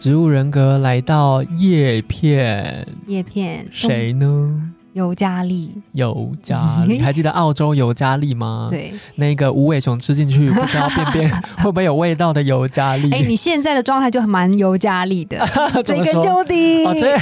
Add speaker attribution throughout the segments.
Speaker 1: 植物人格来到叶片，
Speaker 2: 叶片
Speaker 1: 谁呢？
Speaker 2: 尤加利，
Speaker 1: 尤加利，还记得澳洲尤加利吗？，
Speaker 2: 对，
Speaker 1: 那个无尾熊吃进去，不知道便便 会不会有味道的尤加利。
Speaker 2: 哎、你现在的状态就蛮尤加利的，
Speaker 1: 怎
Speaker 2: 追
Speaker 1: 么
Speaker 2: 根
Speaker 1: 说
Speaker 2: 究底。
Speaker 1: 哦，追，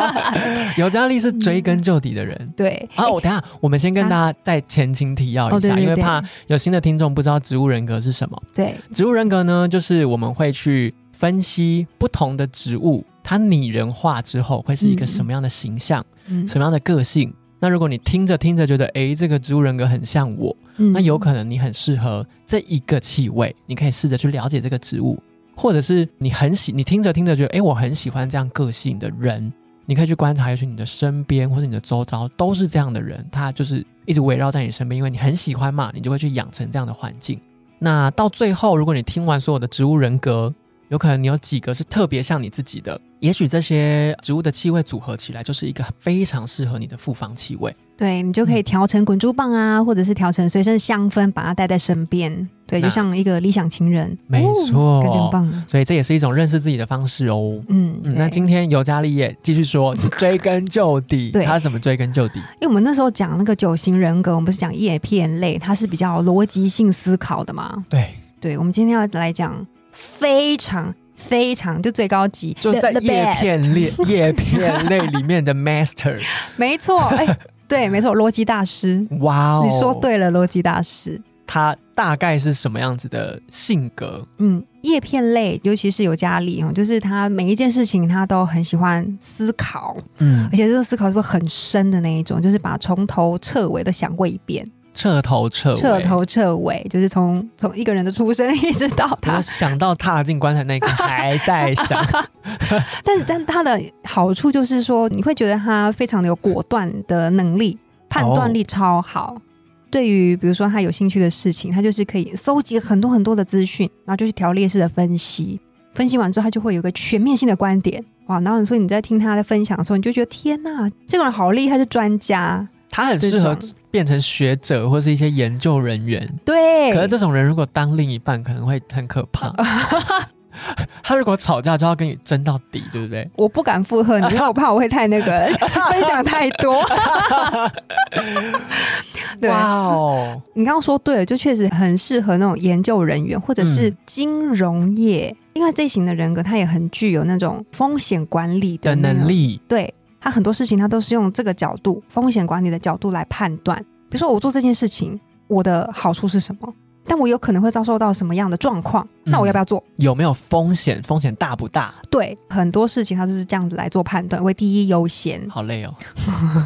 Speaker 1: 尤加利是追 根究底的人。
Speaker 2: 对，
Speaker 1: 啊，我等一下，我们先跟大家再前情提要一下，
Speaker 2: 哦对对
Speaker 1: 因为
Speaker 2: 对
Speaker 1: 怕有新的听众不知道植物人格是什么。
Speaker 2: 对，
Speaker 1: 植物人格呢，就是我们会去分析不同的植物，它拟人化之后会是一个
Speaker 2: 嗯
Speaker 1: 什么样的形象，
Speaker 2: 嗯
Speaker 1: 什么样的个性。那如果你听着听着觉得，诶，这个植物人格很像我，
Speaker 2: 嗯
Speaker 1: 那有可能你很适合这一个气味，你可以试着去了解这个植物，或者是你很喜，你听着听着觉得，诶，我很喜欢这样个性的人，你可以去观察，也许你的身边或者你的周遭都是这样的人，他就是一直围绕在你身边，因为你很喜欢嘛，你就会去养成这样的环境。那到最后，如果你听完所有的植物人格，有可能你有几个是特别像你自己的，也许这些植物的气味组合起来就是一个非常适合你的复方气味。
Speaker 2: 对你就可以调成滚珠棒啊，或者是调成随身香氛，把它带在身边。对，
Speaker 1: 那
Speaker 2: 就像一个理想情人，
Speaker 1: 没错
Speaker 2: 哦感觉很棒。
Speaker 1: 所以这也是一种认识自己的方式哦。
Speaker 2: 嗯，
Speaker 1: 嗯，那
Speaker 2: 对
Speaker 1: 今天尤加利也继续说追根究底，
Speaker 2: 对
Speaker 1: 他怎么追根究底？
Speaker 2: 因为我们那时候讲那个九型人格，我们不是讲叶片类，它是比较逻辑性思考的嘛。
Speaker 1: 对，
Speaker 2: 对，我们今天要来讲非常非常就最高级，
Speaker 1: 就
Speaker 2: the-
Speaker 1: 在
Speaker 2: the
Speaker 1: 叶
Speaker 2: best
Speaker 1: 片类叶片类里面 的 master，
Speaker 2: 没错，哎、 对，没错，逻辑大师，
Speaker 1: 哇哦，
Speaker 2: 你说，对了，逻辑大师。
Speaker 1: 他大概是什么样子的性格？
Speaker 2: 嗯，叶片类，尤其是尤加利哦，就是他每一件事情他都很喜欢思考，
Speaker 1: 嗯
Speaker 2: 而，且这个思考是会很深的那一种，就是把从头彻尾都想过一遍，
Speaker 1: 彻头彻尾，
Speaker 2: 彻，头彻尾，就是从从一个人的出生一直到
Speaker 1: 我
Speaker 2: 他，
Speaker 1: 想到踏进棺材那一刻还在想，
Speaker 2: 但是但他的好处就是说，你会觉得他非常的有果断的能力，判
Speaker 1: 哦
Speaker 2: 断力超好。对于比如说他有兴趣的事情，他就是可以搜集很多很多的资讯，然后就去条列式的分析，分析完之后他就会有一个全面性的观点。哇，然后你说你在听他在分享的时候，你就觉得天呐，这个人好厉害，是专家。
Speaker 1: 他很适合
Speaker 2: 这种
Speaker 1: 变成学者或是一些研究人员。
Speaker 2: 对，
Speaker 1: 可是这种人如果当另一半，可能会很可怕。
Speaker 2: 哦
Speaker 1: 他如果吵架就要跟你争到底，对不对？
Speaker 2: 我不敢附和你，因为我怕我会太那个 分享太多。 对，
Speaker 1: 哇哦，
Speaker 2: 你刚刚说对了，就确实很适合那种研究人员或者是
Speaker 1: 嗯
Speaker 2: 金融业，因为这型的人格他也很具有那种风险管理的
Speaker 1: 的
Speaker 2: 那种
Speaker 1: 能。力，
Speaker 2: 对他很多事情，他都是用这个角度，风险管理的角度来判断。比如说，我做这件事情，我的好处是什么？但我有可能会遭受到什么样的状况？
Speaker 1: 嗯
Speaker 2: 那我要不要做？
Speaker 1: 有没有风险？风险大不大？
Speaker 2: 对，很多事情他就是这样子来做判断，为第一优先。
Speaker 1: 好 累哦，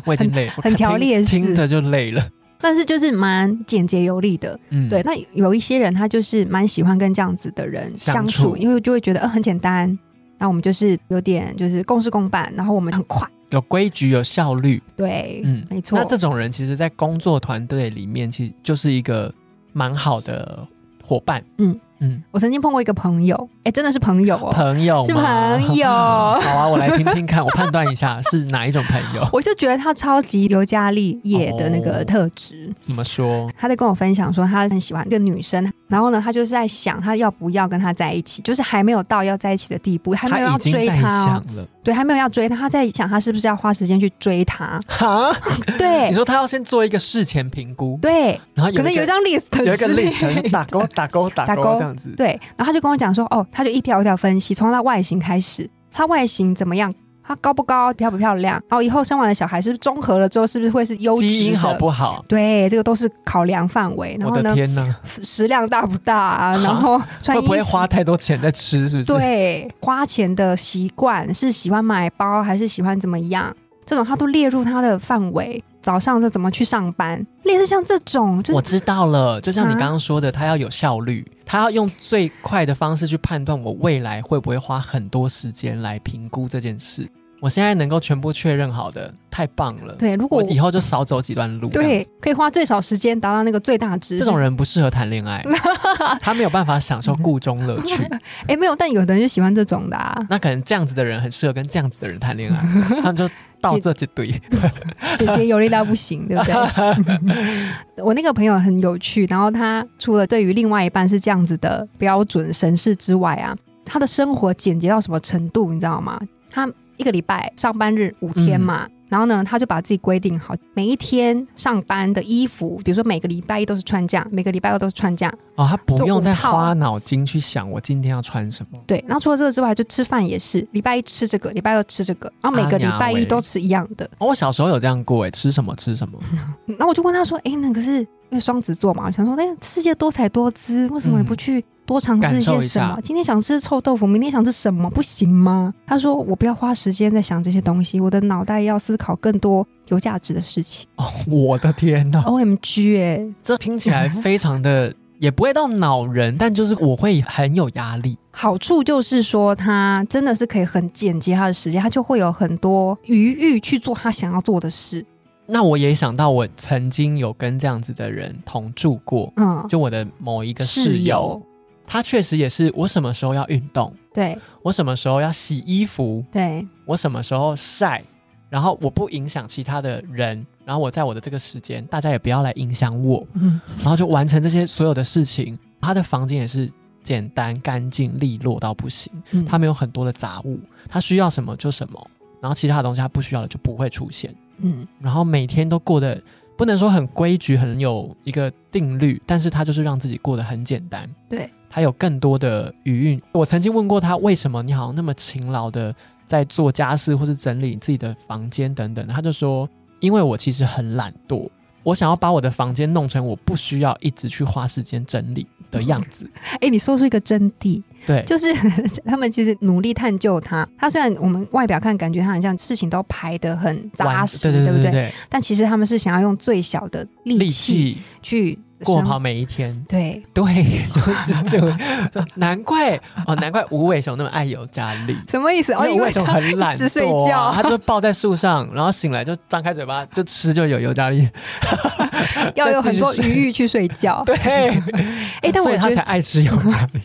Speaker 1: 我已经累，我
Speaker 2: 很条列式
Speaker 1: 听听着就累了。
Speaker 2: 但是就是蛮简洁有力的，
Speaker 1: 嗯，
Speaker 2: 对，，那有一些人他就是蛮喜欢跟这样子的人
Speaker 1: 相
Speaker 2: 相
Speaker 1: 处
Speaker 2: 处，因为就会觉得呃很简单，那我们就是有点就是共事共办，然后我们很快，
Speaker 1: 有规矩，有效率。
Speaker 2: 对，
Speaker 1: 嗯，
Speaker 2: 没错
Speaker 1: 那这种人其实，在工作团队里面，其实就是一个蛮好的伙伴。
Speaker 2: 嗯
Speaker 1: 嗯，
Speaker 2: 我曾经碰过一个朋友，哎，真的是朋友哦，
Speaker 1: 朋友
Speaker 2: 是
Speaker 1: 吗
Speaker 2: 朋友，
Speaker 1: 好啊，我来听听看，我判断一下是哪一种朋友。
Speaker 2: 我就觉得他超级尤加利叶的那
Speaker 1: 哦
Speaker 2: 个特质。
Speaker 1: 怎么说？
Speaker 2: 他在跟我分享说，他很喜欢一个女生，然后呢，他就是在想他要不要跟她在一起，就是还没有到要在一起的地步，还没有
Speaker 1: 他
Speaker 2: 要
Speaker 1: 已经
Speaker 2: 追
Speaker 1: 在
Speaker 2: 她哦，
Speaker 1: 想了。
Speaker 2: 对，还没有要追她，他在想他是不是要花时间去追她，
Speaker 1: 哈，
Speaker 2: 对
Speaker 1: 你，说他要先做一个事前评估，
Speaker 2: 对，
Speaker 1: 然后有
Speaker 2: 哎可能
Speaker 1: 一
Speaker 2: 有
Speaker 1: 个
Speaker 2: 一张 list，
Speaker 1: 有一个
Speaker 2: 之类
Speaker 1: list 打勾打勾打
Speaker 2: 打
Speaker 1: 勾
Speaker 2: 勾
Speaker 1: 这样子。
Speaker 2: 对，然后他就跟我讲说，哦，他就一条一条分析，从他外形开始，他外形怎么样，他高不高，漂不漂亮，然后以后生完了小孩是不是综合了之后，是不是会是优质的
Speaker 1: 基因好？不好？
Speaker 2: 对，这个都是考量范围。然
Speaker 1: 我
Speaker 2: 后
Speaker 1: 的
Speaker 2: 呢，
Speaker 1: 天哪，
Speaker 2: 食量大不大、啊？然 后穿
Speaker 1: 会
Speaker 2: 衣
Speaker 1: 不会
Speaker 2: 服
Speaker 1: 花太多钱在吃？是不是？，
Speaker 2: 对花钱的习惯是喜欢买包还是喜欢怎么样？这种他都列入他的范围。早上是怎么去上班？类似像这种，就是
Speaker 1: 我知道了。就像你
Speaker 2: 啊
Speaker 1: 刚刚说的，他要有效率，他要用最快的方式去判断我未来会不会花很多时间来评估这件事。我现在能够全部确认好的，太棒了。
Speaker 2: 对，如果
Speaker 1: 我以后就少走几段路。这样
Speaker 2: 对
Speaker 1: 子，
Speaker 2: 可以花最少时间达到那个最大值。
Speaker 1: 这种人不适合谈 恋爱，他没有办法享受故中乐趣。，
Speaker 2: 哎，没有，但有的人就喜欢这种的啊
Speaker 1: 那可能这样子的人很适合跟这样子的人 谈恋爱，他们就到这就对。
Speaker 2: 姐姐有力到不行，对不 对？我那个朋友很有趣，然后他除了对于另外一半是这样子的标准审视之外啊，他的生活简洁到什么程度，你知道吗？他一个礼拜上班日五天嘛。
Speaker 1: 嗯
Speaker 2: 然后呢，他就把自己规定好，每一天上班的衣服，比如说每个礼拜一都是穿这样，每个礼拜二都是穿这样，
Speaker 1: 哦，他不用再
Speaker 2: 这五套
Speaker 1: 花脑筋去想我今天要穿什 么。
Speaker 2: 对，然后除了这个之外，就吃饭也是，礼拜一吃这个，礼拜二吃这个，然后每个礼拜一都吃一样的。
Speaker 1: 哦，我小时候有这样过，哎，吃什么吃 什么。
Speaker 2: 嗯然后我就问他说：“哎，那个是因为双子座嘛，我想说，那哎世界多彩多姿，为什么你不
Speaker 1: 嗯
Speaker 2: 去多尝试
Speaker 1: 感
Speaker 2: 一
Speaker 1: 受
Speaker 2: 些
Speaker 1: 一
Speaker 2: 什么？
Speaker 1: 下
Speaker 2: 今天想吃臭豆腐，明天想吃什么，不行吗？”他说：“我不要花时间在想这些东西，我的脑袋要思考更多有价值的事情。
Speaker 1: 哦，我的天呐，
Speaker 2: ”O M G 哎、
Speaker 1: 这听起来非常的，也不会到恼人，但就是我会很有压力。
Speaker 2: 好处就是说，他真的是可以很简洁他的时间，他就会有很多余裕去做他想要做的事。
Speaker 1: 那我也想到，我曾经有跟这样子的人同住过，
Speaker 2: 嗯，
Speaker 1: 就我的某一个室
Speaker 2: 室
Speaker 1: 友，
Speaker 2: 友
Speaker 1: 他确实也是我什么时候要运动，
Speaker 2: 对。
Speaker 1: 我什么时候要洗衣服，
Speaker 2: 对，
Speaker 1: 我什么时候晒，然后我不影响其他的人，然后我在我的这个时间，大家也不要来影响我，
Speaker 2: 嗯，
Speaker 1: 然后就完成这些所有的事情。他的房间也是简单、干净、利落到不行，
Speaker 2: 嗯
Speaker 1: 他没有很多的杂物，他需要什么就什么，然后其他的东西他不需要的就不会出现。
Speaker 2: 嗯，
Speaker 1: 然后每天都过得不能说很规矩，很有一个定律，但是他就是让自己过得很简单。
Speaker 2: 对，
Speaker 1: 他有更多的余韵。我曾经问过他，为什么你好像那么勤劳的在做家事或是整理自己的房间等等，他就说，因为我其实很懒惰。我想要把我的房间弄成我不需要一直去花时间整理的样 子，
Speaker 2: 哎、你说出一个真谛，
Speaker 1: 对，
Speaker 2: 就是 他们其实努力探究它。它虽然我们外表看感觉它很像事情都排得很扎
Speaker 1: 完
Speaker 2: 实，
Speaker 1: 对
Speaker 2: 不
Speaker 1: 对
Speaker 2: 对？
Speaker 1: 对，
Speaker 2: 但其实他们是想要用最小的力
Speaker 1: 力
Speaker 2: 气
Speaker 1: 气
Speaker 2: 去
Speaker 1: 过
Speaker 2: 生
Speaker 1: 好每一天，
Speaker 2: 对，
Speaker 1: 对， 就是这样。难怪哦，难怪无尾熊那么爱有家力。
Speaker 2: 什么意思？
Speaker 1: 因
Speaker 2: 哦，
Speaker 1: 为
Speaker 2: 因
Speaker 1: 无
Speaker 2: 为
Speaker 1: 尾熊
Speaker 2: 它
Speaker 1: 很懒
Speaker 2: 一直睡
Speaker 1: 惰、啊，
Speaker 2: 觉
Speaker 1: 它就抱在树上，然后醒来就张开嘴巴就吃就有尤加利。
Speaker 2: 要有
Speaker 1: 再
Speaker 2: 很
Speaker 1: 继续
Speaker 2: 多
Speaker 1: 睡
Speaker 2: 余裕去睡觉。
Speaker 1: 对，
Speaker 2: 哎、但
Speaker 1: 所
Speaker 2: 我
Speaker 1: 以
Speaker 2: 觉
Speaker 1: 它才
Speaker 2: 得，
Speaker 1: 爱吃尤加利。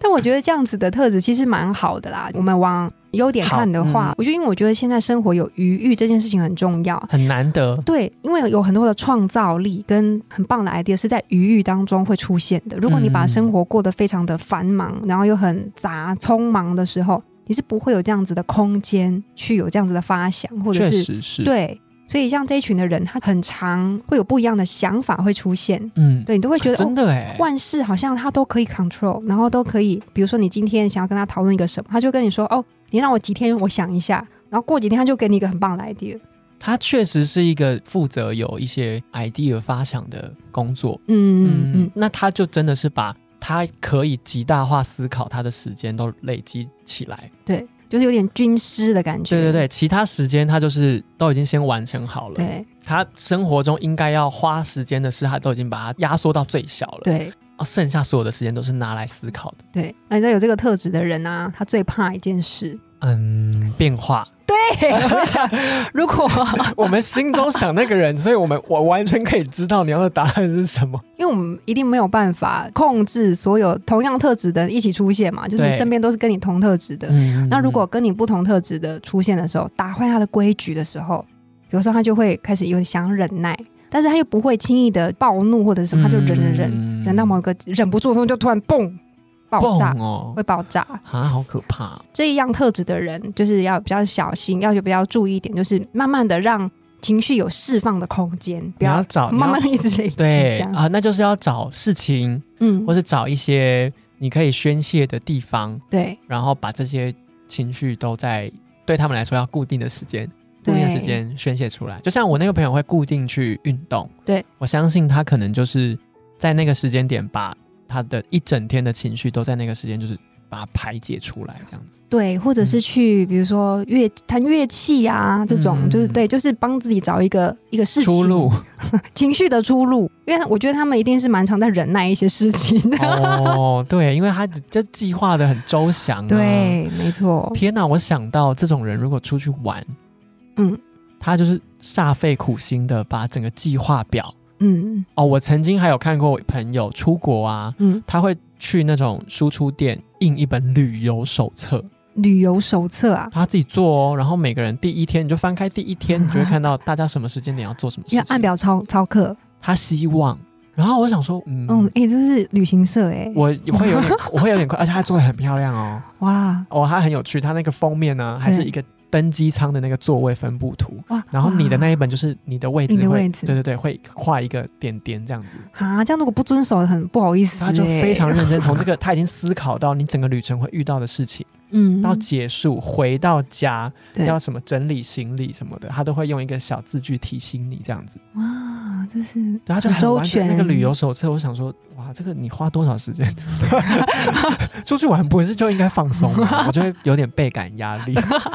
Speaker 2: 但我觉得这样子的特质其实蛮好的啦。我们往优点看的
Speaker 1: 好
Speaker 2: 话，
Speaker 1: 嗯
Speaker 2: 我觉得，因为我觉得现在生活有余裕这件事情很重要。
Speaker 1: 很难得。
Speaker 2: 对，因为有很多的创造力跟很棒的 idea 是在余裕当中会出现的。如果你把
Speaker 1: 嗯
Speaker 2: 生活过得非常的繁忙，然后又很杂、匆忙的时候，你是不会有这样子的空间去有这样子的发想，或者
Speaker 1: 确
Speaker 2: 是
Speaker 1: 实是，，
Speaker 2: 对。所以像这一群的人，他很常会有不一样的想法会出现，
Speaker 1: 嗯，
Speaker 2: 对你都会觉得
Speaker 1: 真
Speaker 2: 哦。
Speaker 1: 的哎、
Speaker 2: 万事好像他都可以 control，然后都可以，比如说你今天想要跟他讨论一个什么，他就跟你说哦，你让我几天我想一下，然后过几天他就给你一个很棒的 idea，
Speaker 1: 它确实是一个负责有一些 idea 发想的工作。
Speaker 2: 嗯嗯嗯，
Speaker 1: 那他就真的是把他可以极大化思考他的时间都累积起来。
Speaker 2: 对，就是有点军师的感觉。
Speaker 1: 对对对，其他时间他就是都已经先完成好了。
Speaker 2: 对
Speaker 1: 他生活中应该要花时间的事，他都已经把它压缩到最小了。，
Speaker 2: 对
Speaker 1: 哦，剩下所有的时间都是拿来思考的。
Speaker 2: 对，那你知道有这个特质的人啊，他最怕一件事。
Speaker 1: 嗯，变化。
Speaker 2: 嘿我跟你讲如果
Speaker 1: 我们心中想那个人，所以我们我完全可以知道你要的答案是什么。
Speaker 2: 因为我们一定没有办法控制所有同样特质的人一起出现嘛，就是你
Speaker 1: 对
Speaker 2: 身边都是跟你同特质的。
Speaker 1: 嗯
Speaker 2: 那如果跟你不同特质的出现的时候，打坏他的规矩的时候，有时候他就会开始有想忍耐，但是他又不会轻易的暴怒或者什么，他就忍忍忍，
Speaker 1: 忍
Speaker 2: 忍到某个忍不住的时候就突然嘣爆炸，
Speaker 1: 哦
Speaker 2: 会，爆炸。
Speaker 1: 啊，好可怕！
Speaker 2: 这一样特质的人，就是要比较小心，要比较注意一点，就是慢慢的让情绪有释放的空间，不
Speaker 1: 你要
Speaker 2: 要
Speaker 1: 找
Speaker 2: 慢慢地
Speaker 1: 你要
Speaker 2: 一直累积这
Speaker 1: 对
Speaker 2: 样。
Speaker 1: 啊，那就是要找事情，
Speaker 2: 嗯
Speaker 1: 或，是找一些你可以宣泄的地方，
Speaker 2: 对
Speaker 1: 然后把这些情绪都在对他们来说要固定的时间。固定的时
Speaker 2: 对
Speaker 1: 间宣泄出来。就像我那个朋友会固定去运动，
Speaker 2: 对
Speaker 1: 我相信他可能就是在那个时间点把他的一整天的情绪都在那个时间就是把它排解出来，这样子。
Speaker 2: 对，或者
Speaker 1: 嗯
Speaker 2: 是去比如说乐弹乐器啊这种，
Speaker 1: 嗯
Speaker 2: 就是对，就是帮自己找一个一个事情
Speaker 1: 出 路
Speaker 2: 情绪的出路。因为我觉得他们一定是蛮常在忍耐一些事情的。
Speaker 1: 哦，对，因为他这计划的很周详、啊。，
Speaker 2: 对，没错，
Speaker 1: 天哪！我想到这种人如果出去玩，
Speaker 2: 嗯
Speaker 1: 他就是煞费苦心的把整个计划表。
Speaker 2: 嗯
Speaker 1: 哦，我曾经还有看过朋友出国啊，
Speaker 2: 嗯，
Speaker 1: 他会去那种输出店印一本旅游手册，
Speaker 2: 旅游手册啊，
Speaker 1: 他自己做哦。然后每个人第一天你就翻开第一天，你就会看到大家什么时间点要做什么事
Speaker 2: 要
Speaker 1: 情。
Speaker 2: 按表操操课。
Speaker 1: 他希望。然后我想说，嗯，
Speaker 2: 嗯，哎、这是旅行社哎、
Speaker 1: 我会有点，我会有点快，而且他做的很漂亮哦。
Speaker 2: 哇
Speaker 1: 哦，它很有趣，它那个封面呢、还是一个登机舱的那个座位分布图，
Speaker 2: 哇，
Speaker 1: 然后你的那
Speaker 2: 哇
Speaker 1: 一本就是你的位置
Speaker 2: 你
Speaker 1: 会，
Speaker 2: 的位置
Speaker 1: 对对对，会画一个点点这样子。
Speaker 2: 啊，这样如果不遵守，很不好意思、
Speaker 1: 他
Speaker 2: 欸。
Speaker 1: 就非常认真，从这个他已经思考到你整个旅程会遇到的事情，
Speaker 2: 嗯，
Speaker 1: 到结束回到家
Speaker 2: 对
Speaker 1: 要什么整理行李什么的，他都会用一个小字句提醒你这样子。
Speaker 2: 哇，这是
Speaker 1: 对，他就
Speaker 2: 很
Speaker 1: 很
Speaker 2: 周
Speaker 1: 完整那个
Speaker 2: 全
Speaker 1: 旅游手册，我想说，哇，这个你花多少时 间 出去玩，不是就应该放松吗？我就会有点倍感压力。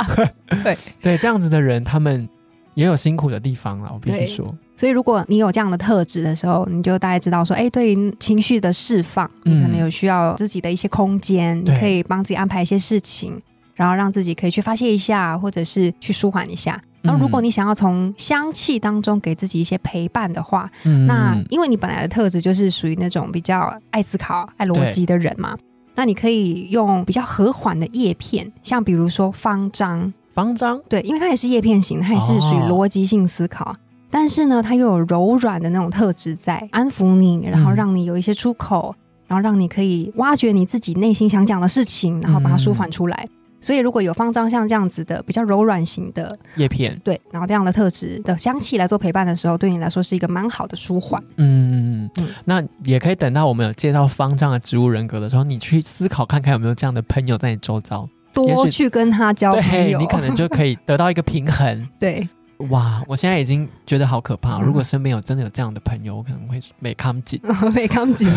Speaker 2: 对
Speaker 1: 对，这样子的人，他们也有辛苦的地方啦，我必须
Speaker 2: 对
Speaker 1: 说，
Speaker 2: 所以，如果你有这样的特质的时候，你就大概知道说，哎、对于情绪的释放，
Speaker 1: 嗯
Speaker 2: 你可能有需要自己的一些空间，你
Speaker 1: 对
Speaker 2: 可以帮自己安排一些事情，然后让自己可以去发泄一下，或者是去舒缓一下。然后，如果
Speaker 1: 嗯
Speaker 2: 你想要从香气当中给自己一些陪伴的话，
Speaker 1: 嗯
Speaker 2: 那因为你本来的特质就是属于那种比较爱思考、爱逻辑的人嘛，那你可以用比较和缓的叶片，像比如说方樟，
Speaker 1: 方丈
Speaker 2: 对，因为它也是叶片型，它也是属于
Speaker 1: 哦
Speaker 2: 逻辑性思考，但是呢，它又有柔软的那种特质在，安抚你，然后
Speaker 1: 嗯
Speaker 2: 让你有一些出口，然后让你可以挖掘你自己内心想讲的事情，然后把它舒缓出来。
Speaker 1: 嗯
Speaker 2: 所以，如果有方丈像这样子的比较柔软型的，
Speaker 1: 叶片，
Speaker 2: 对，然后这样的特质的香气来做陪伴的时候，对你来说是一个蛮好的舒缓。
Speaker 1: 嗯，
Speaker 2: 嗯
Speaker 1: 那也可以等到我们有介绍方丈的植物人格的时候，你去思考看看有没有这样的朋友在你周遭，
Speaker 2: 多去跟他交朋
Speaker 1: 对
Speaker 2: 友，
Speaker 1: 你可能就可以得到一个平衡。
Speaker 2: 对
Speaker 1: 哇，我现在已经觉得好可怕。
Speaker 2: 嗯
Speaker 1: 如果身边有真的有这样的朋友，我可能会没看紧。
Speaker 2: 被康 紧。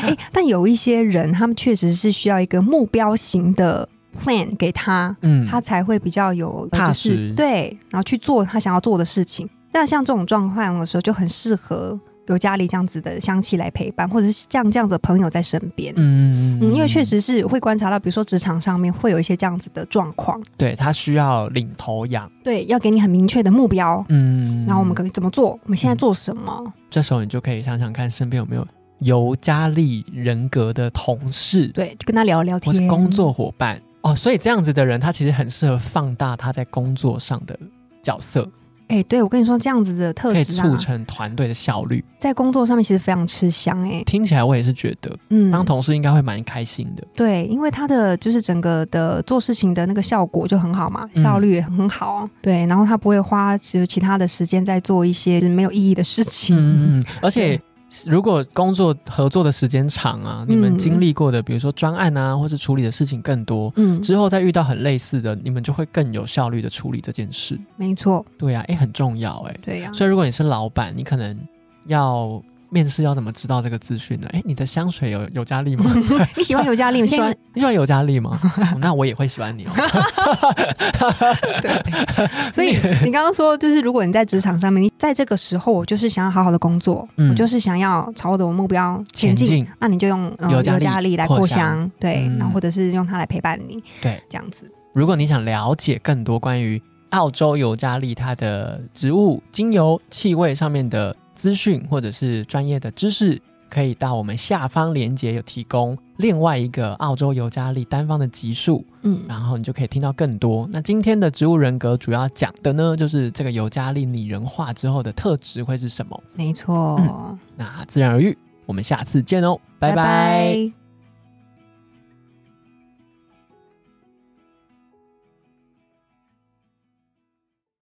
Speaker 2: 哎，但有一些人，他们确实是需要一个目标型的 plan 给他，
Speaker 1: 嗯，
Speaker 2: 他才会比较有
Speaker 1: 踏
Speaker 2: 就是
Speaker 1: 实
Speaker 2: 对，然后去做他想要做的事情。那像这种状况的时候，就很适合有家里这样子的香气来陪伴，或者是像这样子的朋友在身边。
Speaker 1: 嗯
Speaker 2: 嗯，因为确实是会观察到，比如说职场上面会有一些这样子的状况，
Speaker 1: 对他需要领头羊。
Speaker 2: 对，要给你很明确的目标，
Speaker 1: 嗯
Speaker 2: 然后我们可以怎么做，我们现在
Speaker 1: 嗯
Speaker 2: 做什么，
Speaker 1: 这时候你就可以想想看，身边有没有有加利人格的同事，
Speaker 2: 对，就跟他聊聊
Speaker 1: 或
Speaker 2: 天，
Speaker 1: 是工作伙伴哦。所以这样子的人，他其实很适合放大他在工作上的角色，
Speaker 2: 哎、对我跟你说，这样子的特
Speaker 1: 可以
Speaker 2: 质
Speaker 1: 促
Speaker 2: 啊，
Speaker 1: 成团队的效率。
Speaker 2: 在工作上面其实非常吃香哎、
Speaker 1: 听起来我也是觉得，
Speaker 2: 嗯，
Speaker 1: 当同事应该会蛮开心的。
Speaker 2: 对，因为他的就是整个的做事情的那个效果就很好嘛，
Speaker 1: 嗯
Speaker 2: 效率也很好啊，对，然后他不会花其实其他的时间在做一些没有意义的事情，
Speaker 1: 嗯， 而且如果工作合作的时间长啊，你们经历过的，比如说专案啊，或是处理的事情更多，
Speaker 2: 嗯，
Speaker 1: 之后再遇到很类似的，你们就会更有效率的处理这件事。
Speaker 2: 没错，
Speaker 1: 对啊，诶，很重要诶。
Speaker 2: 对呀、
Speaker 1: 所以如果你是老板，你可能要面试要怎么知道这个资讯呢？诶，你的香水有有加力吗？
Speaker 2: 你喜欢尤加利，
Speaker 1: 你
Speaker 2: 我
Speaker 1: 喜
Speaker 2: 现
Speaker 1: 欢
Speaker 2: 在
Speaker 1: 你喜欢尤加力吗？哦那我也会喜欢你哦。
Speaker 2: 所以你刚刚说，就是如果你在职场上面，你在这个时候，我就是想要好好的工作，
Speaker 1: 嗯
Speaker 2: 我就是想要朝我的目标前
Speaker 1: 前
Speaker 2: 进，
Speaker 1: 进，
Speaker 2: 那你就用呃
Speaker 1: 尤加利
Speaker 2: 利来
Speaker 1: 扩
Speaker 2: 扩
Speaker 1: 香
Speaker 2: 香，对，
Speaker 1: 嗯
Speaker 2: 然后或者是用它来陪伴你，
Speaker 1: 对，
Speaker 2: 这样子，
Speaker 1: 如果你想了解更多关于澳洲尤加利它的植物、精油、气味上面的资讯，或者是专业的知识，可以到我们下方链接有提供另外一个澳洲尤加利单方的集数，
Speaker 2: 嗯，
Speaker 1: 然后你就可以听到更多。那今天的植物人格主要讲的呢，就是这个尤加利拟人化之后的特质会是什么。
Speaker 2: 没错，
Speaker 1: 嗯那自然而愈，我们下次见哦，拜拜
Speaker 2: 拜